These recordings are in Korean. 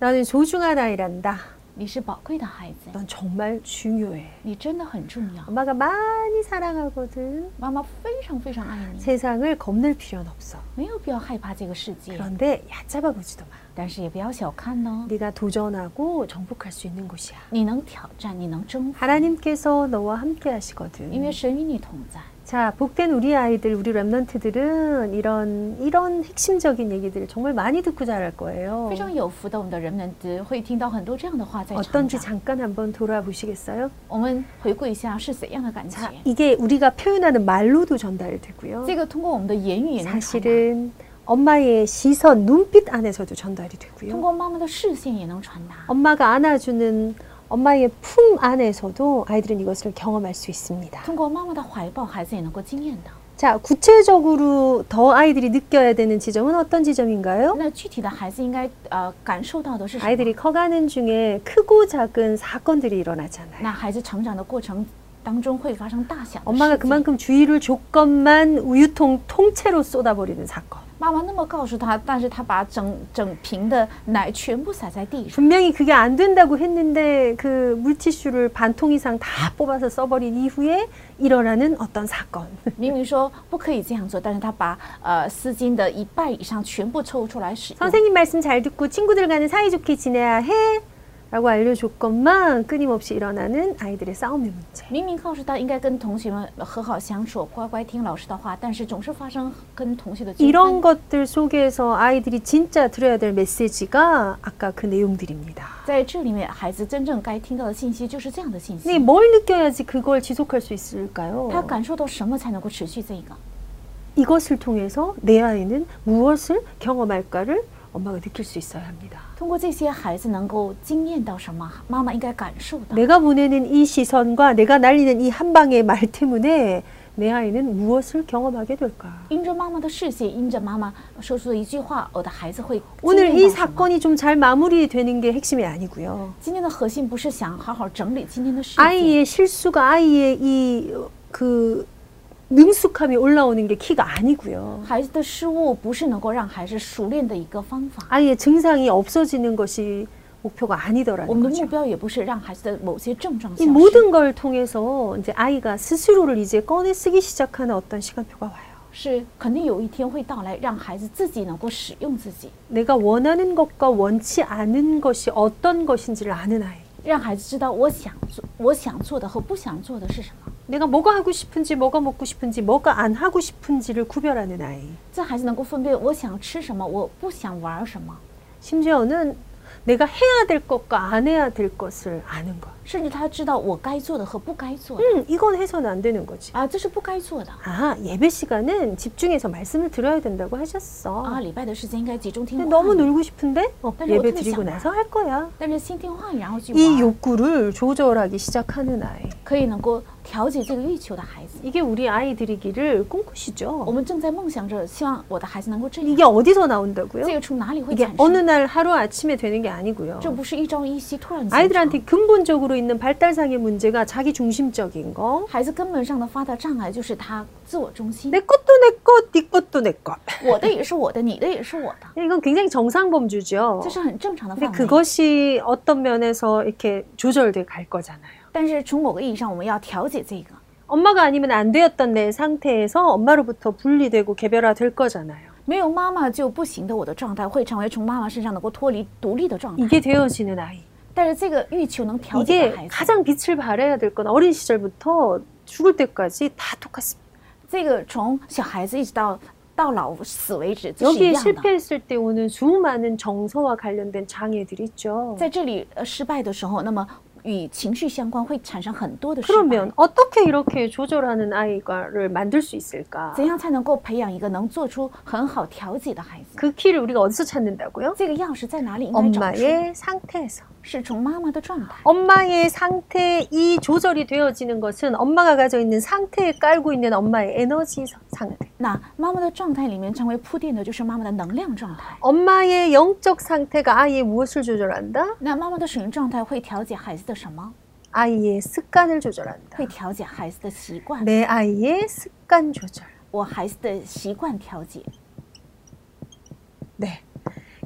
너는 소중한 아이란다. 你是宝贵的孩子， 넌 정말 중요해. 你真的很重要。 엄마가 많이 사랑하거든. 妈妈非常非常爱你， 세상을 겁낼 필요는 없어. 没有必要害怕这个世界， 그런데 얕잡아 보지도 마. 但是也不要小看哦。 네가 도전하고 정복할 수 있는 곳이야. 你能挑战，你能征服， 하나님께서 너와 함께 因为 하시거든. 神与你同在。 자, 복된 우리 아이들, 우리 랩런트들은 이런 이런 핵심적인 얘기들을 정말 많이 듣고 자랄 거예요. 非常有福的，我们的人们只会听到很多这样的话在成 어떤지 长。 잠깐 한번 돌아보시겠어요? 我们回顾一下是怎样的感觉， 자, 이게 우리가 표현하는 말로도 전달되고요. 这个通过我们的言语也能传达， 사실은 엄마의 시선, 눈빛 안에서도 전달이 通 되고요. 过妈妈的视线也能传达。 엄마가 안아주는 엄마의 품 안에서도 아이들은 이것을 경험할 수 있습니다. 通过妈妈的怀抱，孩子也能够惊艳到。 자, 구체적으로 더 아이들이 느껴야 되는 지점은 어떤 지점인가요? 那具体的孩子应该呃感受到的是什么？ 아이들이 커가는 중에 크고 작은 사건들이 일어나잖아요. 那孩子成长的过程当中会发生大小的事 엄마가 情。 그만큼 주의를 줬건만 우유통 통째로 쏟아버리는 사건. 妈妈那么告诉他，但是他把整整瓶的奶全部洒在地上。 분명히 그게 안 된다고 했는데 그 물티슈를 반 통 이상 다 뽑아서 써버린 이후에 일어나는 어떤 사건. 明明说不可以这样做，但是他把呃丝巾的一半以上全部抽出来使用。 선생님 말씀 잘 듣고 친구들과는 사이좋게 지내야 해. 라고 알려줬건만 끊임없이 일어나는 아이들의 싸움의 문제. 明明告诉他应该跟同学们和好相处，乖乖听老师的话，但是总是发生跟同学的纠 이런 纷。 것들 속에서 아이들이 진짜 들어야 될 메시지가 아까 그 내용들입니다. 在这里面，孩子真正该听到的信息就是这样的信 근데 息。 뭘 느껴야지 그걸 지속할 수 있을까요? 他感受到什么才能够持续这个？ 이것을 통해서 내 아이는 무엇을 경험할까를 엄마가 느낄 수 있어야 합니다. 通过这些，孩子能够惊艳到什么？妈妈应该感受到。 내가 보내는 이 시선과 내가 날리는 이 한 방의 말 때문에 내 아이는 무엇을 경험하게 될까? 因着妈妈的视线，因着妈妈说出的一句话，我的孩子会惊 오늘 艳 이 到什么？ 사건이 좀 잘 마무리되는 게 핵심이 아니고요. 今天的核心不是想好好整理今天的事情， 아이의 실수가 아이의 이 그 능숙함이 올라오는 게 키가 아니고요. 孩子的失误不是能够让孩子熟练的一个方法。 아이의 증상이 없어지는 것이 목표가 我 아니더라는 们的目 거죠. 标也不是让孩子的某些症状消 이 失， 모든 걸 통해서 이제 아이가 스스로를 이제 꺼내 쓰기 시작하는 어떤 시간표가 와요. 是肯定有一天会到来，让孩子自己能够使用自己， 내가 원하는 것과 원치 않은 것이 어떤 것인지를 아는 아이. 让孩子知道我想做我想做的和不想做的是什么， 내가 뭐가 하고 싶은지, 뭐가 먹고 싶은지, 뭐가 안 하고 싶은지를 구별하는 아이. 这孩子能够分辨我想吃什么，我不想玩什么， 심지어는 내가 해야 될 것과 안 해야 될 것을 아는 것. 甚至他知道我该做的和不该做的 음, 이건 해서는 안 되는 거지. 啊，这是不该做的。 아, 예배 시간은 집중해서 말씀을 들어야 된다고 啊， 하셨어. 礼拜的时间应该集中听 근데 话 너무 놀고 싶은데 어, 아, 빨리 예배 어떻게 드리고 시작하나? 나서 할 거야. 但是先听话语，然后去 이 玩， 욕구를 조절하기 시작하는 아이. 可以能够调节这个欲求的孩子。 이게 우리 아이들이기를 我 꿈꾸시죠. 们正在梦想着，希望我的孩子能够这样。 이게 어디서 나온다고요? 这个从哪里会 이게 产 어느 生？ 날 하루 아침에 되는 게 아니고요. 这不是一朝一夕突然间成。 아이들한테 근본적으로 있는 발달상의 문제가 자기 중심적인 거. 孩子根本上的发达障碍就是他自我中心， 내 것도 내 것, 네 것도 내 것. 我的也是我的，你的也是我的， 이건 굉장히 정상 범주죠. 这是很正常的 근데 范围。 그것이 어떤 면에서 이렇게 조절돼 갈 거잖아요. 但是从某个意义上，我们要调节这个， 엄마가 아니면 안 되었던 내 상태에서 엄마로부터 분리되고 개별화 될 거잖아요. 没有妈妈就不行的我的状态会成为从妈妈身上能够脱离独立的状态。 이게 되어지는 아이. 但是这个欲求能调节 이게 的孩子， 가장 빛을 발해야 될 건 어린 시절부터 죽을 때까지 다 똑같습니다. 这个从小孩子一直到到老死为止，这是一 여기에 样的。 실패했을 때 오는 수많은 정서와 관련된 장애들이 있죠. 在这里呃失败的时候，那么与情绪相关会产生很多的失败 그러면 。 어떻게 이렇게 조절하는 아이가를 만들 수 있을까? 怎样才能够培养一个能做出很好调节的孩子？ 그 키를 우리가 어디서 찾는다고요? 这个钥匙在哪里应哦该找出？ 엄마의 상태에서. 是从妈妈的状态。 엄마의 상태 이 조절이 되어지는 것은 엄마가 가지고 있는 상태에 깔고 있는 엄마의 에너지 서- 상태. 那妈妈的状态里面成为铺垫的就是妈妈的能量状态。 엄마의 영적 상태가 아이의 무엇을 조절한다? 那妈妈的使用状态会调节孩子的什么？ 아이의 습관을 조절한다. 会调节孩子的习惯， 내 아이의 습관 조절. 我孩子的习惯调节。 네.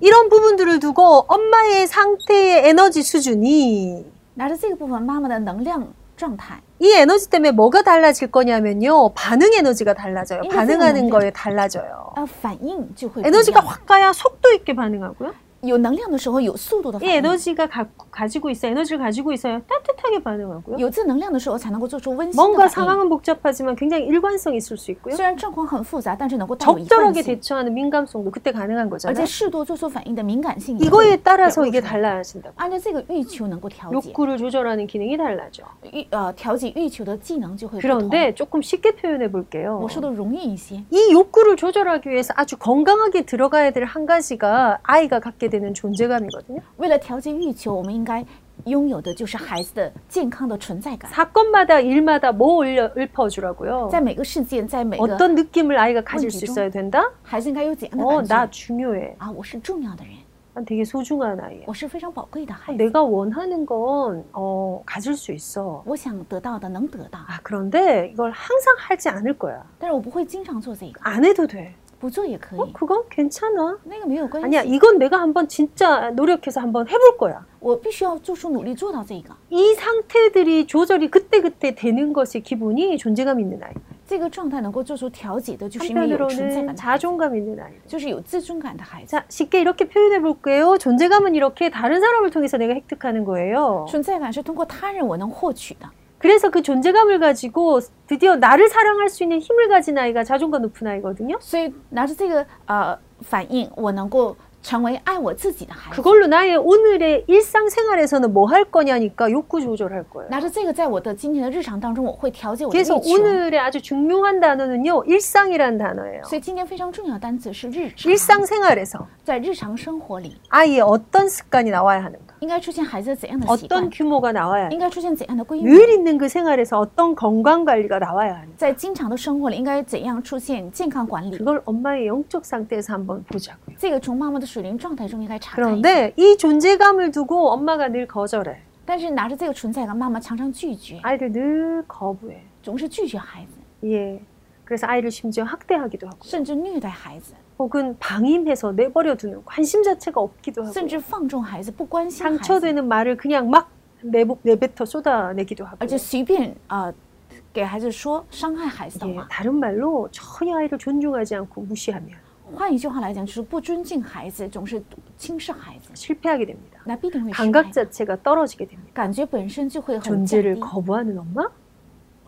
이런 부분들을 두고 엄마의 상태의 에너지 수준이 拿着这个部分，妈妈的能量状态， 이 에너지 때문에 뭐가 달라질 거냐면요. 반응 에너지가 달라져요. 이게 반응하는 생각나는데. 거에 달라져요. 呃，反应就会不一样 에너지가 확 가야 속도 있게 반응하고요. 有能量的时候有速度的 이 反应， 에너지가 가, 지고 있어요. 에너지를 가지고 있어요. 따뜻하게 반응하고요. 有正能量的时候才能够做出温馨 뭔가 的反 상황은 복잡하지만 굉장히 일관성 있을 수 있고요. 应。虽然状况很复杂，但是能够带有一贯 적절하게 性， 대처하는 민감성도 그때 가능한 而 거잖아요. 네, 그렇죠. 且适度做出反应的敏感性也会 이거에 따라서 表露 이게 出来 달라진다고. 按照这个欲求能够调节 욕구를 조절하는 기능이 달라져. 欲呃调节欲求的技能就 네, 会不同。 그런데 조금 쉽게 표현해 볼게요. 我说的容易一些， 이 욕구를 조절하기 위해서 아주 건강하게 들어가야 될 한 가지가 아이가 갖게 되는 존재감이거든요. 为了调节欲求，我们应该拥有的就是孩子的健康的存在感， 사건마다 일마다 뭐 올려 읊어주라고요. 在每个事件，在每个 어떤 느낌을 아이가 가질 수 뭔지죠? 음, 있어야 된다? 孩子应该有怎样的 어, 感 나 觉 중요해. 啊？我是重要的人， 난 되게 소중한 아이야. 我是非常宝贵的 어, 孩子， 내가 원하는 건 어, 가질 수 있어. 我想得到的能得到， 아, 그런데 이걸 항상 하지 않을 거야. 但是我不会经常做这个， 안 해도 돼. 不做也可 어, 以， 그건 괜찮아. 那个没有关 아니야, 系， 이건 내가 한번 진짜 노력해서 한번 해볼 거야. 我必须要做出努力做到这个。 이 상태들이 조절이 그때그때 되는 것이 기분이 존재감 있는 아이. 这个状态能够做出调节的，就是因为有存在感 한편으로는 的孩子， 자존감 있는 아이. 就是有自尊感的孩子。 자, 쉽게 이렇게 표현해 볼게요. 존재감은 이렇게 다른 사람을 통해서 내가 획득하는 거예요. 存在感是通过他人我能获取的， 그래서 그 존재감을 가지고 드디어 나를 사랑할 수 있는 힘을 가진 아이가 자존감 높은 아이거든요. 所以拿着这个呃反应，我能够成为爱我自己的孩子。 그걸로 나의 오늘의 일상생활에서는 뭐 할 거냐니까 욕구 조절할 거예요. 拿着这个，在我的今天的日常当中，我会调节我的欲 그래서 求。 오늘의 아주 중요한 단어는요. 일상이란 단어예요. 所以今天非常重要的单词是日常， 일상생활에서 在日常生活里 아이의 어떤 습관이 나와야 하는가? 应该出现孩子怎样的习 어떤 惯， 규모가 나와야 하는가? 应该出现怎样的规律， 늘 있는 그 생활에서 어떤 건강 관리가 나와야 하는가? 在经常的生活里应该怎样出现健康管理。 그걸 엄마의 영적 상태에서 한번 보자고요. 这个从妈妈的水灵状态中应 아, 该查看一下。 그런데 이 존재감을 두고 엄마가 늘 거절해. 但是拿着这个存在感，妈妈常常拒绝， 아이를 늘 거부해. 总是拒绝孩子， 예. 그래서 아이를 심지어 학대하기도 하고, 甚至虐待孩子， 혹은 방임해서 내버려 두는 관심 자체가 없기도 甚 하고, 至放纵孩子，不关心孩子。 상처되는 말을 그냥 막 내부, 내뱉어 쏟아내기도 而 하고, 且随便啊、呃给孩子说伤害孩子的 예, 话。 다른 말로 전혀 아이를 존중하지 않고 무시하면 换一句话来讲，就是不尊敬孩子，总是轻视孩子， 실패하게 됩니다. 那必定会失 감각 败。 자체가 떨어지게 됩니다. 感觉本身就会很降 존재를 低。 거부하는 엄마,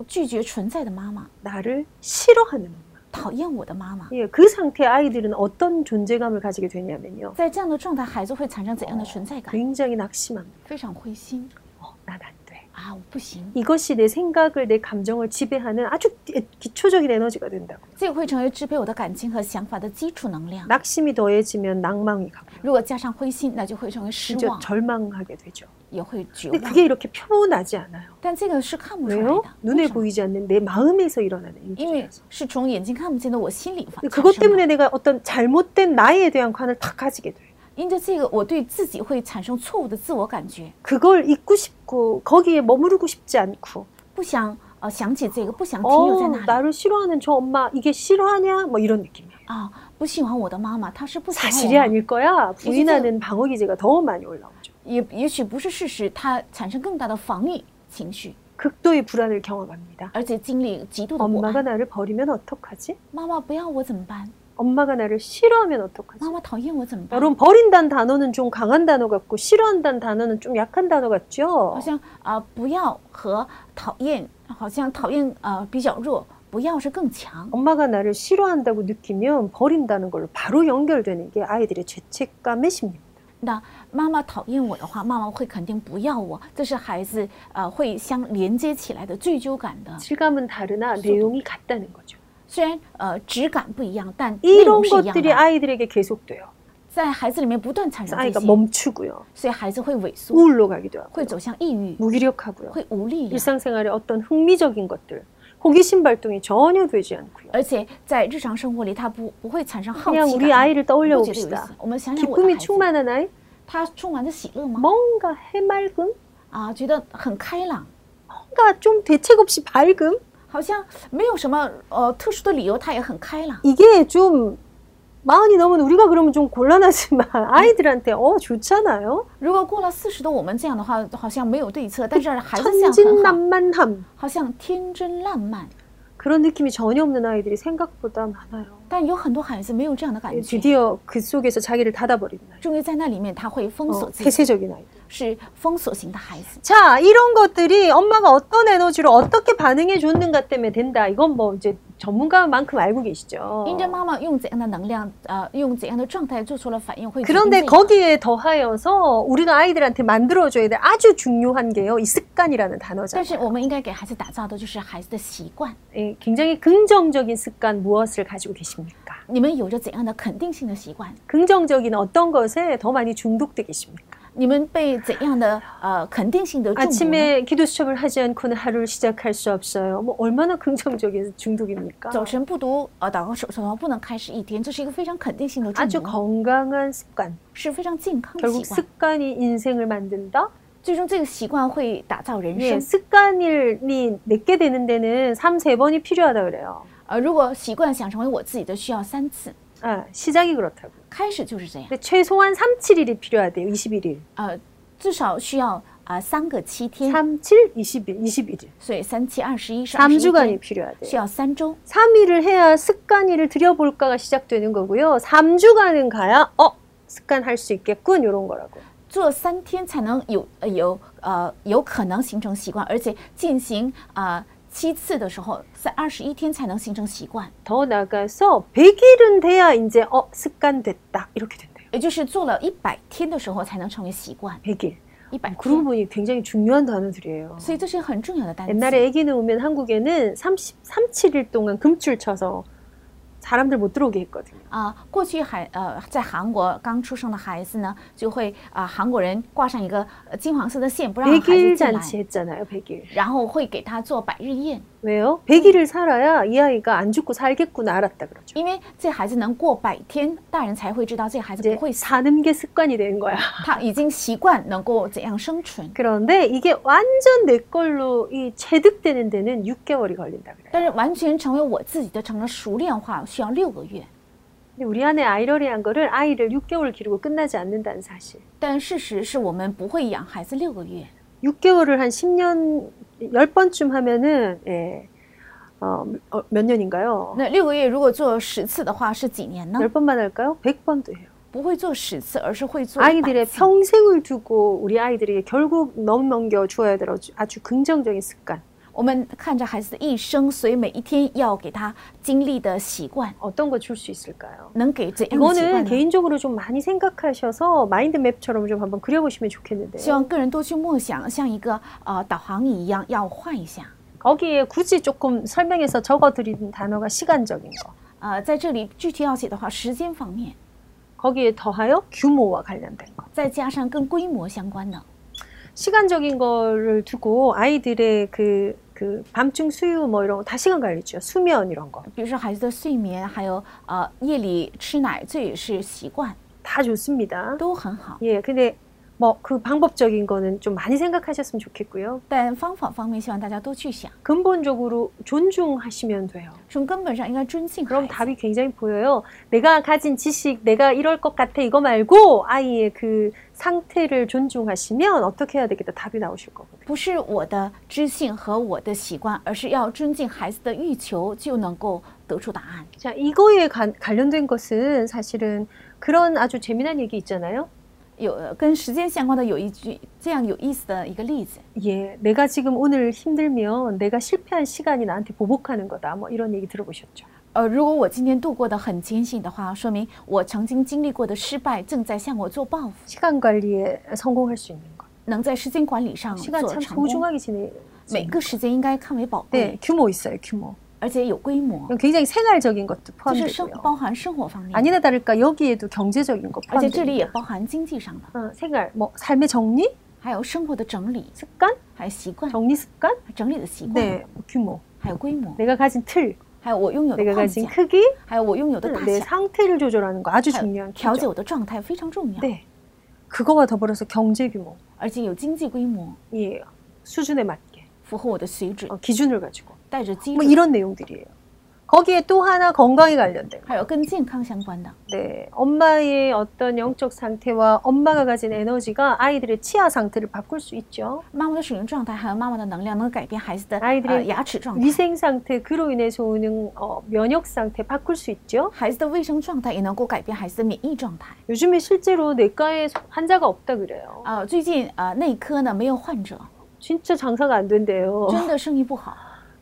拒绝存在的妈妈， 나를 싫어하는 엄마. 讨厌我的妈妈， 예, 그 상태 아이들은 어떤 존재감을 가지게 되냐면요. 在这样的状态，孩子会产生怎样的存在感？ 굉장히 낙심합니다. 非常灰心 어, 난 안 돼. 啊，我不行。 이것이 내 생각을, 내 감정을 지배하는 아주 기- 기초적인 에너지가 된다고. 这个会成为支配我的感情和想法的基础能量。 낙심이 더해지면 낭망이 가고, 如果加上灰心，那就会成为失 진짜 望， 절망하게 되죠. 也会绝 근데 望。 그게 이렇게 표현하지 않아요. 但这个是看不出来 왜요? 的， 눈에 为什么 보이지 않는 내 마음에서 일어나는 因为 일이라서. 是从眼睛看不见的我心里发 근데 产 그것 生的。 때문에 내가 어떤 잘못된 나에 대한 관을 탁 가지게 돼요. 因着这个，我对自己会产生错误的自我感觉， 그걸 잊고 싶고 거기에 머무르고 싶지 않고 不想呃想起这个，不想停留在 어, 那里 나를 싫어하는 저 엄마 이게 싫어하냐? 뭐 이런 느낌이에요. 啊，不喜欢我的妈妈，她是不喜欢我 사실이 妈妈 아닐 거야. 부인하는 방어 기제가 더 많이 올라오죠. 也也许不是事实，他产生更大的防御情绪， 극도의 불안을 경험합니다. 而且经历极度的不 엄마가 安。 나를 버리면 어떡하지? 妈妈不要我怎么办？ 엄마가 나를 싫어하면 妈 어떡하지? 妈讨厌我怎么办？ 여러분 버린다는 단어는 좀 강한 단어 같고 싫어한다는 단어는 좀 약한 단어 好 같죠? 像啊、不要和讨厌，好像讨厌呃比较弱，不要是更强。 엄마가 나를 싫어한다고 느끼면 버린다는 걸로 바로 연결되는 게 아이들의 죄책감의 심리입니다. 那妈妈讨厌我的话，妈妈会肯定不要我，这是孩子呃会相连接起来的罪疚感 아. 的。 질감은 다르나 내용이 같다는 거죠. 虽然呃质感不一样，但内容 이런 是一样 것들이 的， 아이들에게 계속돼요. 在孩子里面不断产 그래서 生这 아이가 些， 멈추고요. 所以孩子会萎缩， 우울로 가기도 하고 会走向抑郁， 무기력하고요. 会无力量。 일상생활의 어떤 흥미적인 것들, 호기심 발동이 전혀 되지 않고요. 而且在日常生活里，他不不会产生好 그냥 奇 우리 感。 아이를 不 떠올려 觉得有意思 봅시다. 。我们想想我的 기쁨이 孩子， 충만한 아이, 他充满着喜乐吗？ 뭔가 해맑음, 啊，觉得很开朗， 뭔가 좀 대책 없이 밝음. 好像没有什么呃特殊的理由，他也很开朗。 이게 좀 마흔이 넘은 우리가 그러면 좀 곤란하지만 아이들한테 어 좋잖아요. 如果过了四十的我们这样的话，好像没有对策，但是孩子想很好， 천진난만함 好像天真烂漫， 그런 느낌이 전혀 없는 아이들이 생각보다 많아요. 但有很多孩子没有这样的感觉， 드디어 그 속에서 자기를 닫아버리는 아이. 终于在那里面他会封 어, 锁自己， 폐쇄적인 아이. 是封锁型的孩子。 자, 이런 것들이 엄마가 어떤 에너지로 어떻게 반응해 줬는가 때문에 된다. 이건 뭐 이제 전문가만큼 알고 계시죠. 因着妈妈用怎样的能量，呃，用怎样的状态做出了反应，会决定 그런데 这一 거기에 더하여서 우리가 아이들한테 만들어줘야 될 아주 중요한 게요. 이 습관이라는 단어잖아요. 但是我们应该给孩子打造的就是孩子的习惯。 예, 굉장히 긍정적인 습관 무엇을 가지고 계십니까? 你们有着怎样的肯定性的习惯？ 긍정적인 어떤 것에 더 많이 중독돼 계십니까? 你们被怎样的呃肯定性啊的重魔呢？ 아침에 기도 수첩을 하지 않고는 하루를 시작할 수 없어요. 뭐 얼마나 긍정적인 중독입니까? 早晨不读呃祷告手手头不能开始一天，这是一个非常肯定性的 아주 重魔， 건강한 습관. 是非常健康的 결국 习惯。 습관이 인생을 만든다. 最终这个习惯会打造人 예, 生。 습관이 내게 되는 데는 3, 3번이 필요하다 그래요. 呃，如果习惯想成为我自己的，需要三次， 아, 시작이 그렇다고. 开始就是这样。 근데 최소한 3, 7일이 필요하대요. 21일. 呃，至少需要啊、呃三个七天， 3, 7, 20일, 21일. 所以三七二十一是二十 음. 一 3주간이 天， 필요하대요. 需要三周。 3일을 해야 습관일을 들여볼까가 시작되는 거고요. 3주간은 가야 어 습관 할 수 있겠군 이런 거라고. 做三天才能有呃有呃有可能形成习惯，而且进行啊、呃七次的时候，在二十一天才能形成习惯， 더 나가서 100일은 돼야 이제 어 습관 됐다 이렇게 된대요. 也就是做了一百天的时候才能成为习惯。 100일. 一百 그러고 天， 보니 굉장히 중요한 단어들이에요. 所以这是很重要的单词。 옛날에 아기 놓으면 한국에는 33, 7일 동안 금줄 쳐서 사람들 못 들어오게 했거든요. 啊、过去韩呃，在韩国刚出生的孩子呢，就会啊、韩国人挂上一个呃金黄色的线，不让孩子 100일 进来， 잔치 했잖아요, 100일. 然后会给他做百日宴， 왜요? 100일을 살아야 이 아이가 안 죽고 살겠구나 알았다 그러죠. 因为这孩子能过百天，大人才会知道这孩子不 이제 会死， 사는 게 습관이 된 거야. 他已经习惯能够怎样生存。 그런데 이게 완전 내 걸로 이 체득되는 데는 6개월이 걸린다 그래요. 但是完全成为我自己的，成了熟练化需要六个月。 근데 우리 안에 아이러리한 거를 아이를 6개월 기르고 끝나지 않는다는 사실. 但事实是我们不会养孩子六个月， 6개월을 한 10년 10번쯤 하면은 예. 어, 어, 몇 년인가요? 那六个月如果做十次的话是几年呢？ 10번만 할까요? 100번도 해요. 不会做十次，而是会做一百 아이들의 次。 평생을 두고 우리 아이들에게 결국 넘넘겨 줘야 될 아주- 아주 긍정적인 습관. 我们看着孩子的一生，所以每一天要给他经历的习惯， 어떤 거 줄 수 있을까요? 能给怎样的习 이거는 惯呢？ 개인적으로 좀 많이 생각하셔서 마인드맵처럼 좀 한번 그려보시면 希 좋겠는데요. 望个人多去默想，像一个呃导航仪一样，要画一下。 거기에 굳이 조금 설명해서 적어드린 단어가 시간적인 거. 呃，在这里具体要写的话，时间方面， 거기에 더하여 규모와 관련된 거. 再加上跟规模相关的。 시간적인 거를 두고 아이들의 그, 그 밤중 수유 뭐 이런 거 다 시간 관리죠. 수면 이런 거. 比如说孩子的睡眠，还有呃夜里吃奶，这也是习惯， 다 좋습니다. 都很好。 예, 근데 뭐 그 방법적인 거는 좀 많이 생각하셨으면 좋겠고요. 但方法方面，希望大家多去想， 근본적으로 존중하시면 돼요. 从根本上应该尊敬 그럼 孩子。 답이 굉장히 보여요. 내가 가진 지식, 내가 이럴 것 같아 이거 말고 아이의 그 상태를 존중하시면 어떻게 해야 되겠다 답이 나오실 거거든요. 不是我的知性和我的习惯，而是要尊敬孩子的欲求，就能够得出答案。 자, 이거에 관, 관련된 것은 사실은 그런 아주 재미난 얘기 있잖아요. 有呃跟时间相关的有一句这样有意思的一个例子， 예, 내가 지금 오늘 힘들면 내가 실패한 시간이 나한테 보복하는 거다. 뭐 이런 얘기 들어보셨죠. 呃，如果我今天度过的很艰辛的话，说明我曾经经历过的失败正在向我做报复， 시간 관리에 성공할 수 있는 것. 能在时间管理上 시간 做 참 成功。 소중하게 지내는 每个时间应该看为宝 네, 贵， 규모 있어요, 규모. 而且有规模。 굉장히 생활적인 것도 就是生 포함되고요. 包含生活方面， 아니나 다를까 여기에도 경제적인 거 而且这 포함돼요. 里也包含经济上的， 어, 생활, 뭐 삶의 정리, 还有生活的整理， 습관, 还有习惯 정리 습관, 整理的习惯， 네, 뭐 규모. 还有规模， 내가 가진 틀, 还有我拥有的 내가 框 가진 架， 크기, 음, 还有我拥有的大 내 小， 상태를 조절하는 거 아주 还有 중요한 调节 기죠. 我的状态非常重要， 네, 그거와 더불어서 경제 규모, 而且有经济规模， 예, 수준에 맞게 符合我的水准，哦 어, 기준을 가지고 带着基 뭐 准， 이런 내용들이에요. 거기에 또 하나 건강에 관련된. 还有跟健康相关的， 네, 엄마의 어떤 영적 상태와 엄마가 가진 에너지가 아이들의 치아 상태를 바꿀 수 있죠. 妈妈的水灵状态还有妈妈的能量能改变孩子的 아이들의 네. 呃牙齿状态， 위생 상태 그로 인해서 오는 어, 면역 상태 바꿀 수 있죠. 孩子的卫生状态也能够改变孩子的免疫状态。 요즘에 실제로 내과에 환자가 없다 그래요. 啊、最近啊、呃内科呢没有患者， 진짜 장사가 안 된대요. 真的生意不好，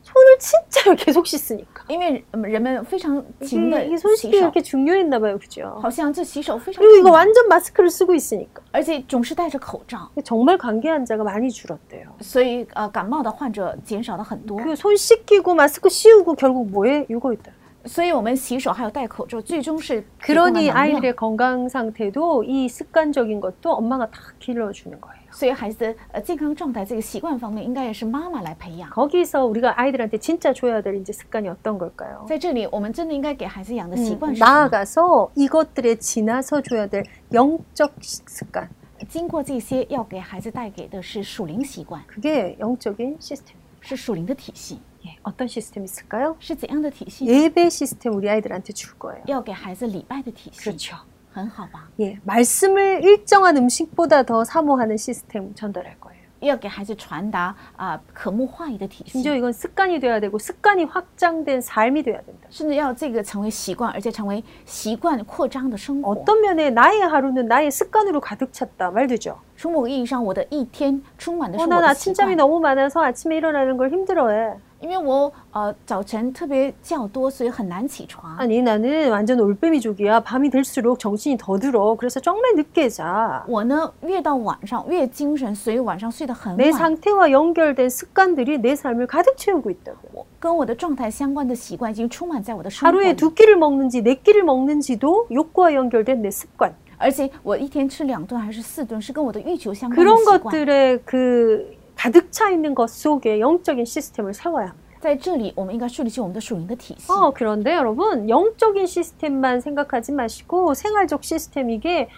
손을 진짜 계속 씻으니까. 因为嗯人们非常勤 이게, 的 이 洗 손씻기 手， 이렇게 중요했나 봐요, 그죠? 好像这洗手非常 그리고 重 이거 要， 완전 마스크를 쓰고 있으니까. 而且总是戴着口罩， 정말 감기 환자가 많이 줄었대요. 所以呃感冒的患者减少了很多。 그 손 씻기고 마스크 씌우고 결국 뭐해? 이거 있다. 所以我们洗手还有戴口罩，最终是提供 그러니 了能量 아이들의 건강 상태도 이 습관적인 것도 엄마가 다 길러주는 거예요. 所以孩子的呃健康状态这个习惯方面，应该也是妈妈来培养。 거기서 우리가 아이들한테 진짜 줘야 될 이제 습관이 어떤 걸까요? 在这里，我们真的应该给孩子养的 음, 习惯是什么？ 나아가서 이것들에 지나서 줘야 될 영적 습관. 经过这些，要给孩子带给的是属灵习惯， 그게 영적인 시스템. 是属灵的体系， 예, 어떤 시스템이 있을까요? 是怎样的体系？ 예배 시스템 우리 아이들한테 줄 거예요. 要给孩子礼拜的体系， 그렇죠. 很好吧？ 예, 말씀을 일정한 음식보다 더 사모하는 시스템 전달할 거예요. 要给孩子传达啊、渴慕话语的体系， 심지어 이건 습관이 돼야 되고 습관이 확장된 삶이 돼야 된다. 甚至要这个成为习惯，而且成为习惯扩张的生活。 어떤 면에 나의 하루는 나의 습관으로 가득 찼다 말 되죠. 从某个意义上，我的一天充满的是 어, 我 난 的习 아침잠이 惯， 너무 많아서 아침에 일어나는 걸 힘들어해. 因为我呃早晨特别较多，所以很难起床。 아니 나는 완전 올빼미족이야. 밤이 될수록 정신이 더 들어. 그래서 정말 늦게 자. 我呢，越到晚上越精神，所以晚上睡得很 내 晚。 상태와 연결된 습관들이 내 삶을 가득 채우고 있다고. 我跟我的状态相关的习惯已经充满在我的生活 하루에 里， 두 끼를 먹는지 네 끼를 먹는지도 욕구와 연결된 내 습관. 而且我一天吃两顿还是四顿，是跟我的欲求相关的 그런 习惯。 것들의 그 가득 차 있는 것 속에 영적인 시스템을 세워야 합니다. 在这里，我们应该树立起我们的属灵的体系。 어, 그런데 여러분, 영적인 시스템만 생각하지 마시고 생활적 시스템 이게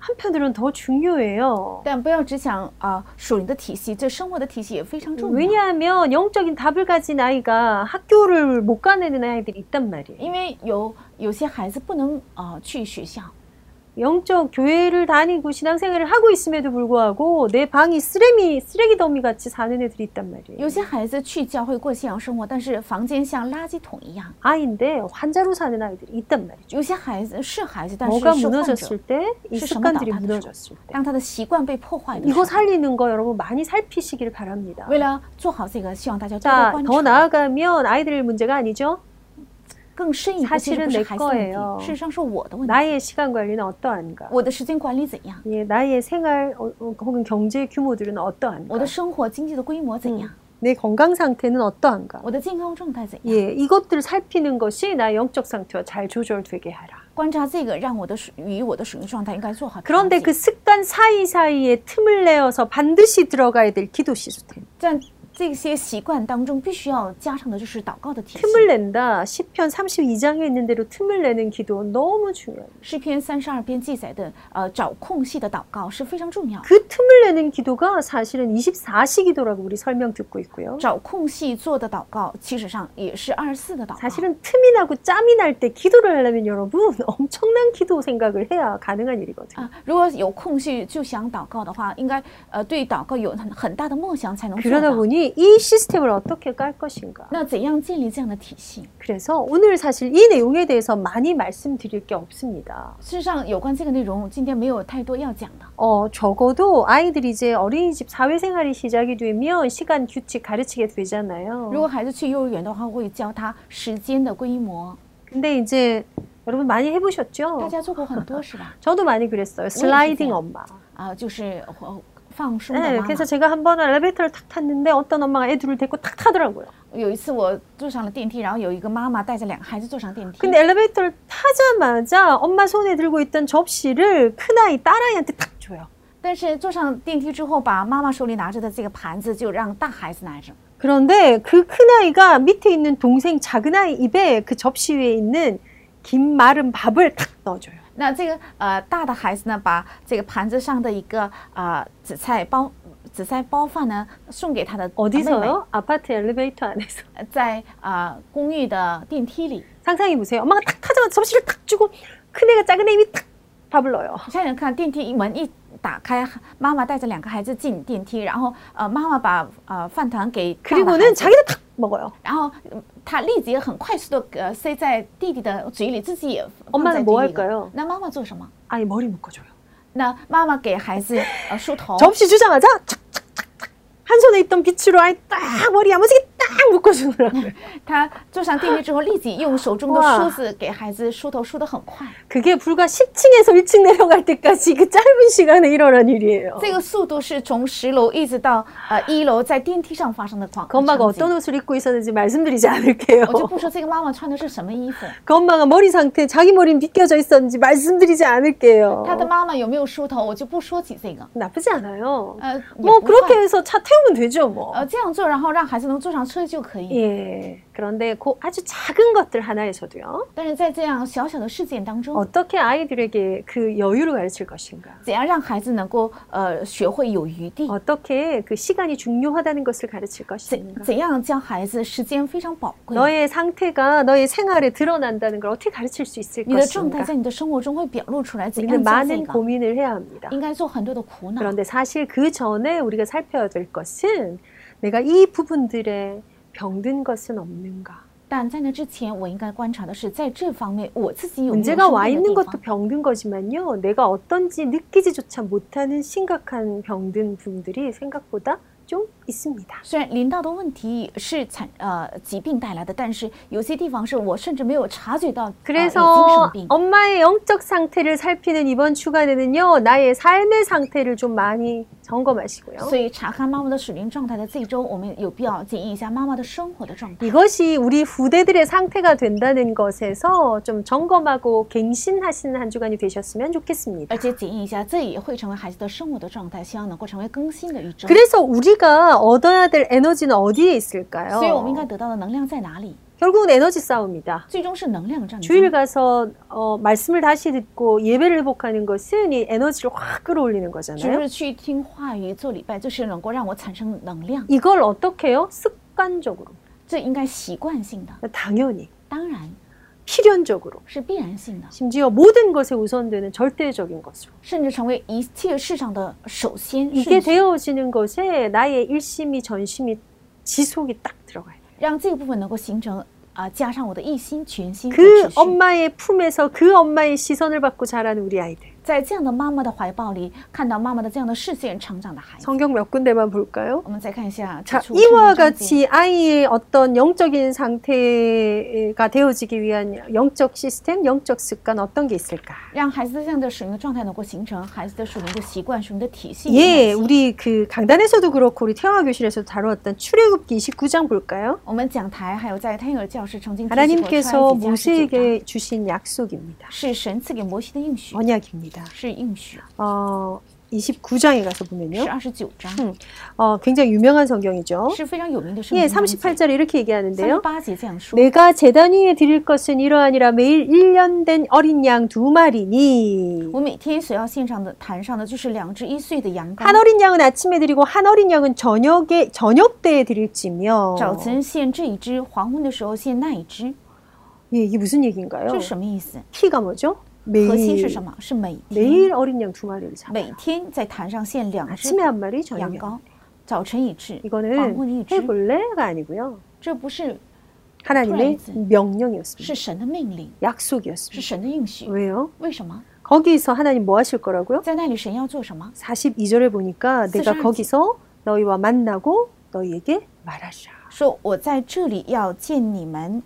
한편으로는 더 중요해요. 但不要只想啊、属灵的体系，这生活的体系也非常重嗯要。 왜냐하면 영적인 답을 가진 아이가 학교를 못 가내는 아이들이 있단 말이에요. 因为有有些孩子不能啊、去学校， 영적 교회를 다니고 신앙생활을 하고 있음에도 불구하고 내 방이 쓰레미 쓰레기 더미 같이 사는 애들이 있단 말이에요. 有些孩子去教会过信仰生活，但是房间像垃圾桶一样。 아이인데 환자로 사는 아이들이 있단 말이죠. 有些孩子是孩子，但是 뭐가 是患者 무너졌을 。 때, 이 실수 습관들이 못하는 무너졌을 때. 当他的习惯被破坏的时候 이거 ， 살리는 거 여러분 많이 살피시길 바랍니다. 为了做好这个，希望大家多多 자 关 더 注。 나아가면 아이들 문제가 아니죠. 更深一步，其实不哦是孩子的 사실은내 问 거예요 题，事实上是我的问题。 나의 시간 관리는 어떠한가? 我的时间管理怎样？ 예, 나의 생활 어, 어, 혹은 경제 규모들은 我 어떠한가? 的生活经济的规模怎样？ 내 건강 상태는 어떠한가? 我的健康状态怎样？ 예, 이것들을 살피는 것이 나의 영적 상태와 잘 조절되게 하라. 观察这个，让我的属与我的属灵状态应该做好调 그런데 节。 그 습관 사이사이에 틈을 내어서 반드시 들어가야 될 기도 시스템. 在这些习惯当中，必须要加上的就是祷告的体系。 틈을 낸다. 10편 32장에 있는 대로 틈을 내는 기도 너무 중요해요. 诗篇三十二篇记载的，呃，找空隙的祷告是非常重要的。 그 틈을 내는 기도가 사실은 24시 기도라고 우리 설명 듣고 있고요. 找空隙做的祷告，其实上也是二十四的祷告。 사실은 틈이 나고 짬이 날 때 기도를 하려면 여러분 엄청난 기도 생각을 해야 가능한 일이거든요. 啊，如果有空隙就想祷告的话，应该呃对祷告有很很大的梦想才能做 그러다 到。 보니 이 시스템을 어떻게 깔 것인가. 那怎样建立这样的体系？ 그래서 오늘 사실 이 내용에 대해서 많이 말씀드릴 게 없습니다. 事实上，有关这个内容，今天没有太多要讲的。 어, 적어도 아이들이 이제 어린이집 사회생활이 시작이 되면 시간 규칙 가르치게 如 되잖아요. 果孩子去幼儿园的话，会教他时间的规模。 근데 이제 여러분 많이 大 해보셨죠? 家做过很多是 吧？ 저도 많이 그랬어요. 슬라이딩 엄마. 啊，就是呃放松的 네, 妈 그래서 妈。 제가 한 번 엘리베이터를 탁 탔는데 어떤 엄마가 애 둘을 데리고 탁 타더라고요. 有一次我坐上了电梯，然后有一个妈妈带着两个孩子坐上电梯， 근데 엘리베이터를 타자마자 엄마 손에 들고 있던 접시를 큰아이 딸아이한테 탁 줘요. 但是坐上电梯之后，把妈妈手里拿着的这个盘子就让大孩子拿着。 그런데 그 큰아이가 밑에 있는 동생 작은아이 입에 그 접시 위에 있는 긴 마른 밥을 탁 넣어줘요. 那这个呃大的孩子呢，把这个盘子上的一个啊、呃紫菜包紫菜包饭呢送给他的哦妹妹， 어디서요? 아파트 엘리베이터 안에서. 在啊、公寓的电梯里。 상상해 보세요. 엄마가 탁 하자마자 접시를 탁 주고 큰 애가 작은 애 입이 탁 밥을 넣어요. 现在你看电梯门一打开，妈妈带着两个孩子进电梯，然后呃，妈妈把呃饭团给大的孩 그리고는 子， 자기도 탁 먹어요. 然后嗯他立即很快速的呃塞在弟弟的嘴里，自己也放在 엄마는 嘴 뭐 里了。 할까요? 那妈妈做什么？ 아이 머리 묶어줘요. 那妈妈给孩子呃梳头， 접시 주자마자 착착착착 한 손에 있던 빗으로 아이 딱 머리 야무지게 딱 묶어주더라고요. 他坐上电梯之后，立即用手中的哇梳子给孩子梳头，梳得很快。 그게 불과 10층에서 1층 내려갈 때까지 그 짧은 시간에 일어난 일이에요. 这个速度是从十楼一直到呃一楼，在电梯上发生的狂。 그 엄마가 场景 어떤 옷을 입고 있었는지 말씀드리지 않을게요. 我就不说这个妈妈穿的是什么衣服， 그 엄마가 머리 상태 자기 머리는 빗겨져 있었는지 말씀드리지 않을게요. 她的妈妈有没有梳头，我就不说起这个。 나쁘지 않아요. 呃，也 뭐 不 그렇게 坏 해서 차 태우면 되죠 뭐. 呃这样做，然后让孩子能坐上车就可嗯以。 예. 그런데 그 아주 작은 것들 하나에서도요. 但是在这样小小的事件当中， 어떻게 아이들에게 그 여유를 가르칠 것인가? 怎样让孩子能够呃学会有余哦地？ 어떻게 그 시간이 중요하다는 것을 가르칠 怎 것인가? 怎样将孩子时间非常宝贵？ 너의 상태가 너의 생활에 드러난다는 걸 어떻게 가르칠 수 있을 你的状态 것인가? 在你的生活中会表露出来，怎 우리는 样将这 많은 个 고민을 해야 합니다. 应该做很多的苦恼。 그런데 사실 그 전에 우리가 살펴야 될 것은 내가 이 부분들에 병든 것은 없는가? 但在那之前，我应该观察的是，在这方面我自己有没有生 문제가 와 病的 있는 地 것도 方。 병든 거지만요. 내가 어떤지 느끼지조차 못하는 심각한 병든 분들이 생각보다 좀 있습니다. 虽然临到的问题是产呃疾病带来的，但是有些地方是我甚至没有察觉到、呃、已经生 그래서 病。 엄마의 영적 상태를 살피는 이번 주간에는요. 나의 삶의 상태를 좀 많이 점검하시고요. 所以查看妈妈的属灵状态的这一周，我们有必要检验一下妈妈的生活的状态。 이것이 우리 후대들의 상태가 된다는 것에서 좀 점검하고 갱신하시는 한 주간이 되셨으면 좋겠습니다. 而且检验一下，这也会成为孩子的生活的状态，希望能够成为更新的一周。 그래서 우리가 얻어야 될 에너지는 어디에 所以我们 있을까요? 음. 应该得到的能量在哪里？ 결국은 에너지 싸움이다. 最终是能量战争。 주일 가서 어, 말씀을 다시 듣고 예배를 회복하는 것은 이 에너지를 확 끌어올리는 是 거잖아요. 不是去听话语、做礼拜，就是能够让我产生能量？ 이걸 어떻게 해요? 습관적으로. 这应该习惯性的， 당연히. 当然 필연적으로. 是必然性的， 심지어 모든 것에 우선되는 절대적인 것으로. 甚至成为一切事上的首先 이게 顺序， 되어지는 것에 나의 일심이 전심이 지속이 딱 들어가요. 让这个部分能够形成啊、加上我的一心、全心和 그 持续， 엄마의 품에서 그 엄마의 시선을 받고 자라는 우리 아이들. 在这样的妈妈的怀抱里，看到妈妈的这样的视线成长的孩子。 성경 몇 군데만 볼까요? 我们再看一下指 자, 出圣经 이와 章节 같이 아이의 어떤 영적인 상태가 되어지기 위한 영적 시스템, 영적 습관 어떤 게 있을까? 让孩子这样的属灵的状态能够形成孩子的属灵的习惯、属灵的体系。 예, 우리 그 강단에서도 그렇고 우리 태화 교실에서도 다루었던 출애굽기 29장 볼까요? 我们讲台还有在胎儿教室曾经提及过出埃及记 하나님께서 二十九章 모세에게 주신 약속입니다. 是神赐给摩西的应许， 언약입니다. 是应许， 어, 29장에 가서 是哦 보면요. 二十九章， 어, 굉장히 유명한 성경이죠. 是非常有名的圣 예, 经章节。 38절에 이렇게 三十 얘기하는데요. 八节这样说， 내가 재단 위에 드릴 것은 이러하니라 매일 1년 된 어린 양 두 마리니 我每天所要献上的坛上的就是两只一岁的羊羔 한 ， 어린 양은 아침에 드리고 한 어린 양은 저녁에 저녁 때에 드릴지며 早晨献这一只，黄昏的时候献那一只， 예, 이게 무슨 얘기인가요? 这是什么意思？ 키가 뭐죠? 核心是 매일 什么？是每天 매일 어린 양 두 마리를 잡아 每天在坛上献两只 아침에 한 마리 羊 저녁에 한 마리. 羔，早晨一只，黄昏一 이거는 只， 해볼래가 아니고요 这不是 하나님의 프라이즈. 명령이었습니다 是神的命令，是 약속이었습니다 神的应许。 왜요? 为什么？ 거기서 하나님 뭐 하실 거라고요? 在那里神要做什么？ 42절에 보니까 내가 쓰셔야지. 거기서 너희와 만나고 너희에게 말하라. 说我在这里要见你们，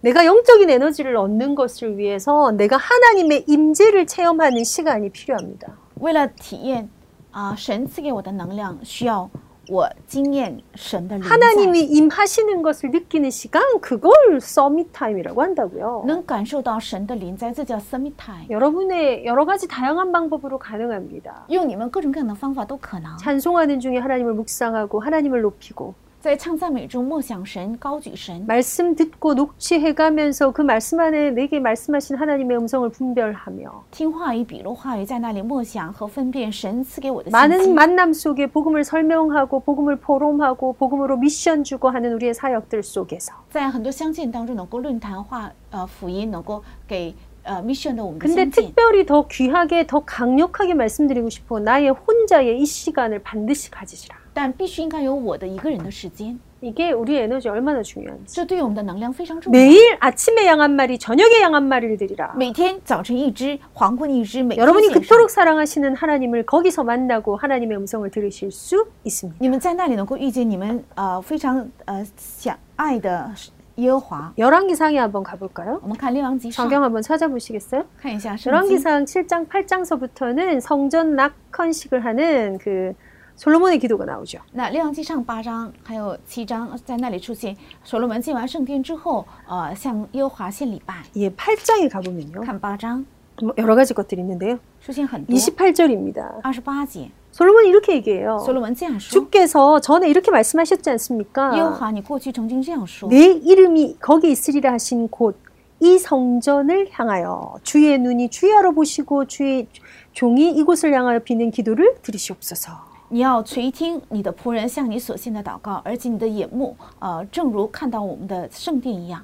내가 영적인 에너지를 얻는 것을 위해서 내가 하나님의 임재를 체험하는 시간이 필요합니다. 为了体验啊、神赐给我的能量，需要我经验神的临在， 하나님이 임하시는 것을 느끼는 시간 그걸 서밋 타임이라고 한다고요. 能感受到神的临在，这叫 summit time。 여러분의 여러 가지 다양한 방법으로 가능합니다. 用你们各种各样的方法都可能， 찬송하는 중에 하나님을 묵상하고 하나님을 높이고 在唱赞美中默想神，高举神， 말씀 듣고 녹취해 가면서 그 말씀 안에 내게 말씀하신 하나님의 음성을 분별하며 听话语、笔录话语，在那里默想和分辨神赐给我的信 많은 息。 만남 속에 복음을 설명하고 복음을 포럼하고 복음으로 미션 주고 하는 우리의 사역들 속에서 在很多相见当中，能够论坛化呃福音，能够给呃 mission 的我们的 근데 相见。 특별히 더 귀하게 더 강력하게 말씀드리고 싶어 나의 혼자의 이 시간을 반드시 가지시라 但必须应该有我的一个人的时间， 이게 우리 에너지 얼마나 중요한지 这对我们的能量非常重要。 매일 아침에 양 한 마리 저녁에 양 한 마리를 드리라 每天早晨一只，黄昏一只，每天 여러분이 献上 그토록 사랑하시는 하나님을 거기서 만나고 하나님의 음성을 들으실 수 있습니다 你们在那里能够遇见你们呃非常呃想爱的耶和华。 열왕기상에 한번 가볼까요? 我们看《列王记上》， 성경 한번 찾아보시겠어요? 看一下圣经。 열왕기상 7장 8장서부터는 성전 낙헌식을 하는 그 솔로몬의 기도가 나오죠. 那《列王记上》八章还有七章，在那里出现所罗门进完圣殿之后，呃，向耶和华献礼拜。 예, 8장에 가보면요. 看八章 뭐 여러 가지 것들이 있는데요. 出现很多， 28절입니다. 二十八节， 솔로몬이 이렇게 얘기해요. 所罗门这样说 주께서 전에 이렇게 말씀하셨지 ：“耶和 않습니까? 华，你过去曾经这样说， 내 이름이 거기 있으리라 하신 곳 이 성전을 향하여 주의 눈이 주야로 보시고 주의 종이 이곳을 향하여 비는 기도를 들으시옵소서. 你要垂听你的仆人向你所献的祷告，而且你的眼目，呃，正如看到我们的圣殿一样。”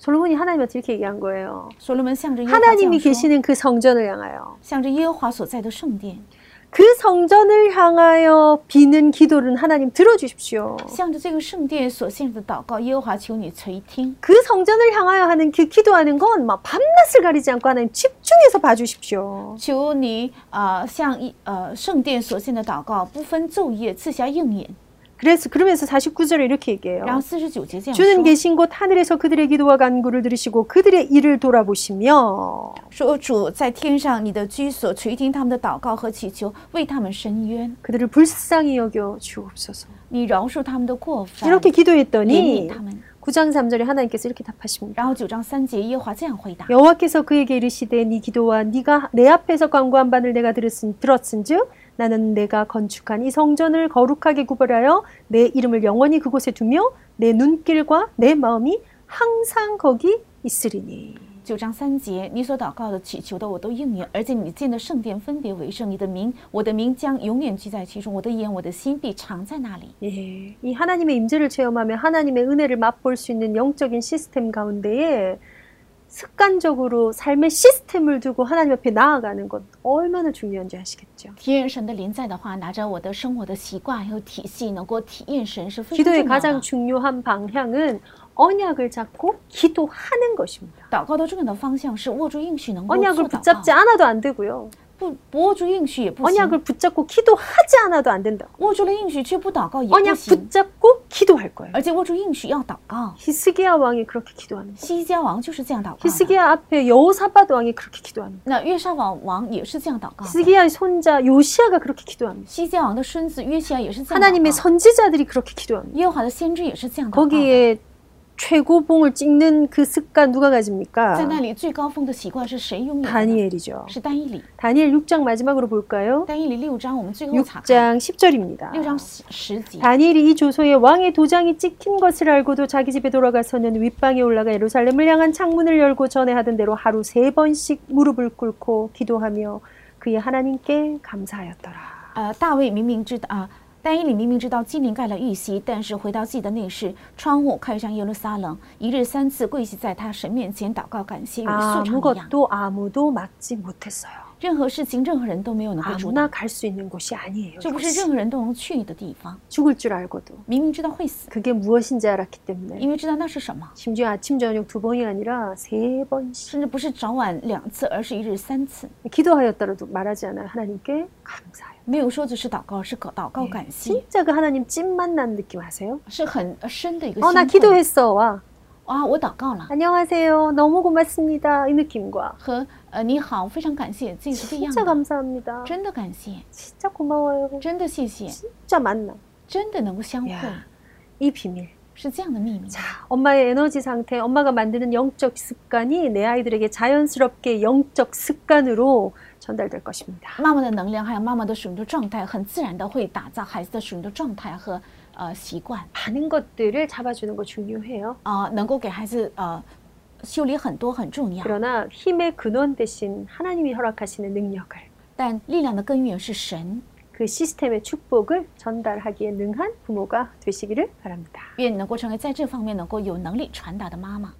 솔로몬이 하나님한테 이렇게 얘기한 거예요. 所罗门向着耶和华这 하나님이 样说， 계시는 그 성전을 향하여 向着耶和华所在的圣殿， 그 성전을 향하여 비는 기도는 하나님 들어주십시오. 向着这个圣殿所献的祷告，耶和华求你垂听。 그 성전을 향하여 하는 그 기도하는 건 막 밤낮을 가리지 않고 하나님 집중해서 봐주십시오. 求你呃向一呃圣殿所献的祷告不分昼夜赐下应允。 그래서 그러면서 49절에 이렇게 얘기해요. 然后四十九节这样 주는 说 계신 곳 하늘에서 그들의 기도와 간구를 들으시고 그들의 일을 돌아보시며 说主在天上你的居所垂听他们的祷告和祈求，为他们伸冤， 그들을 불쌍히 여겨 주옵소서. 你饶恕他们的过犯， 이렇게 怜 기도했더니 悯他们。 9장 3절에 하나님께서 이렇게 답하십니다. 然后九章三节耶和华这样回嗯答。 여호와께서 그에게 이르시되 네 기도와 네가 내 앞에서 간구한 바를 내가 들었은 들었은즉 나는 내가 건축한 이 성전을 거룩하게 구별하여 내 이름을 영원히 그곳에 두며 내 눈길과 내 마음이 항상 거기 있으리니 九章三节，你所祷告的、祈求的，我都应允，而且你建的圣殿分别为圣，你的名，我的名将永远居在其中，我的眼、我的心必藏在那里。 예, 이 하나님의 임재를 체험하며 하나님의 은혜를 맛볼 수 있는 영적인 시스템 가운데에 습관적으로 삶의 시스템을 두고 하나님 앞에 나아가는 것 얼마나 중요한지 아시겠죠? 体验神的临在的话，拿着我的生活的习惯还有体系，能够体验神是非常 기도의 重要 가장 的。 중요한 방향은 언약을 잡고 기도하는 것입니다. 祷告的重要的方向是握住应许，能够做 언약을 祷 붙잡지 告。 않아도 안 되고요. 不不握住应许也不行， 언약을 붙잡고 기도하지 않아도 안 된다고. 握住了应许却不祷告也哦不 언약 行， 붙잡고 기도할 거예요. 而且握住应许要祷告。 히스기야 왕이 그렇게 기도합니다. 西家王就是这样祷告的， 히스기야 앞에 여호사밧 왕이 그렇게 기도합니다. 那约沙王王也是这样祷告的， 히스기야의 손자 요시아가 그렇게 기도합니다. 西家王的孙子约西亚也是这样祷 하나님의 告的， 선지자들이 그렇게 기도합니다. 耶和华的先知也是这样祷告的。 거기에 최고봉을 찍는 그 습관 누가 在 가집니까? 那里最高峰的习惯是谁拥有的呢？ 다니엘이죠. 是单一里， 다니엘 6장 마지막으로 볼까요? 单一里六章，我们最后查看 6장 10절입니다. 六章十十节。 다니엘이 이 조소에 왕의 도장이 찍힌 것을 알고도 자기 집에 돌아가서는 윗방에 올라가 예루살렘을 향한 창문을 열고 전에 하던 대로 하루 세 번씩 무릎을 꿇고 기도하며 그의 하나님께 감사하였더라. 呃，大卫明明知道啊、但以理明明知道金陵盖了玉玺，但是回到自己的内室，窗户看向耶路撒冷，一日三次跪膝在他神面前祷告感谢，与啊素常一样。 아무것도 아무도 막지 못했어요. 任何事情，任何人都没有能够阻 아무나 挡， 갈 수 있는 곳이 아니에요. 这不是 이것이. 任何人都能去的地方。 죽을 줄 알고도 明明知道会死， 그게 무엇인지 알았기 때문에 因为知道那是什么， 심지어 아침 저녁 두 번이 아니라 세 번씩 甚至不是早晚两次，而是一日三次。 기도하였더라도 말하지 않아요. 하나님께 감사해요. 没有说只是祷告，是祷告感谢， 네, 진짜 그 하나님 찐 만남 느낌 아세요? 是很呃深的一个 어 나 心会。 기도했어 와 啊，我祷告了， 안녕하세요 너무 고맙습니다 이 느낌과 和呃你好，非常感谢，그这是不一样 진짜 的， 감사합니다 真的感谢， 진짜 고마워요 真的谢谢。 진짜 만남 真的能够相会，呀이 비밀 是这样的秘密。 자 엄마의 에너지 상태 엄마가 만드는 영적 습관이 내 아이들에게 자연스럽게 영적 습관으로 전달될 것입니다 妈妈的能量还有妈妈的使用的状态，很自然的会打造孩子的使用的状态和呃习惯 많은 것들을 잡아주는 거 중요해요. 啊、能够给孩子呃修理很多很重要， 그러나 힘의 근원 대신 하나님이 허락하시는 능력을 但力量的根源是神。 그 시스템의 축복을 전달하기에 능한 부모가 되시기를 바랍니다. 愿你能够成为在这方面能够有能力传达的妈妈。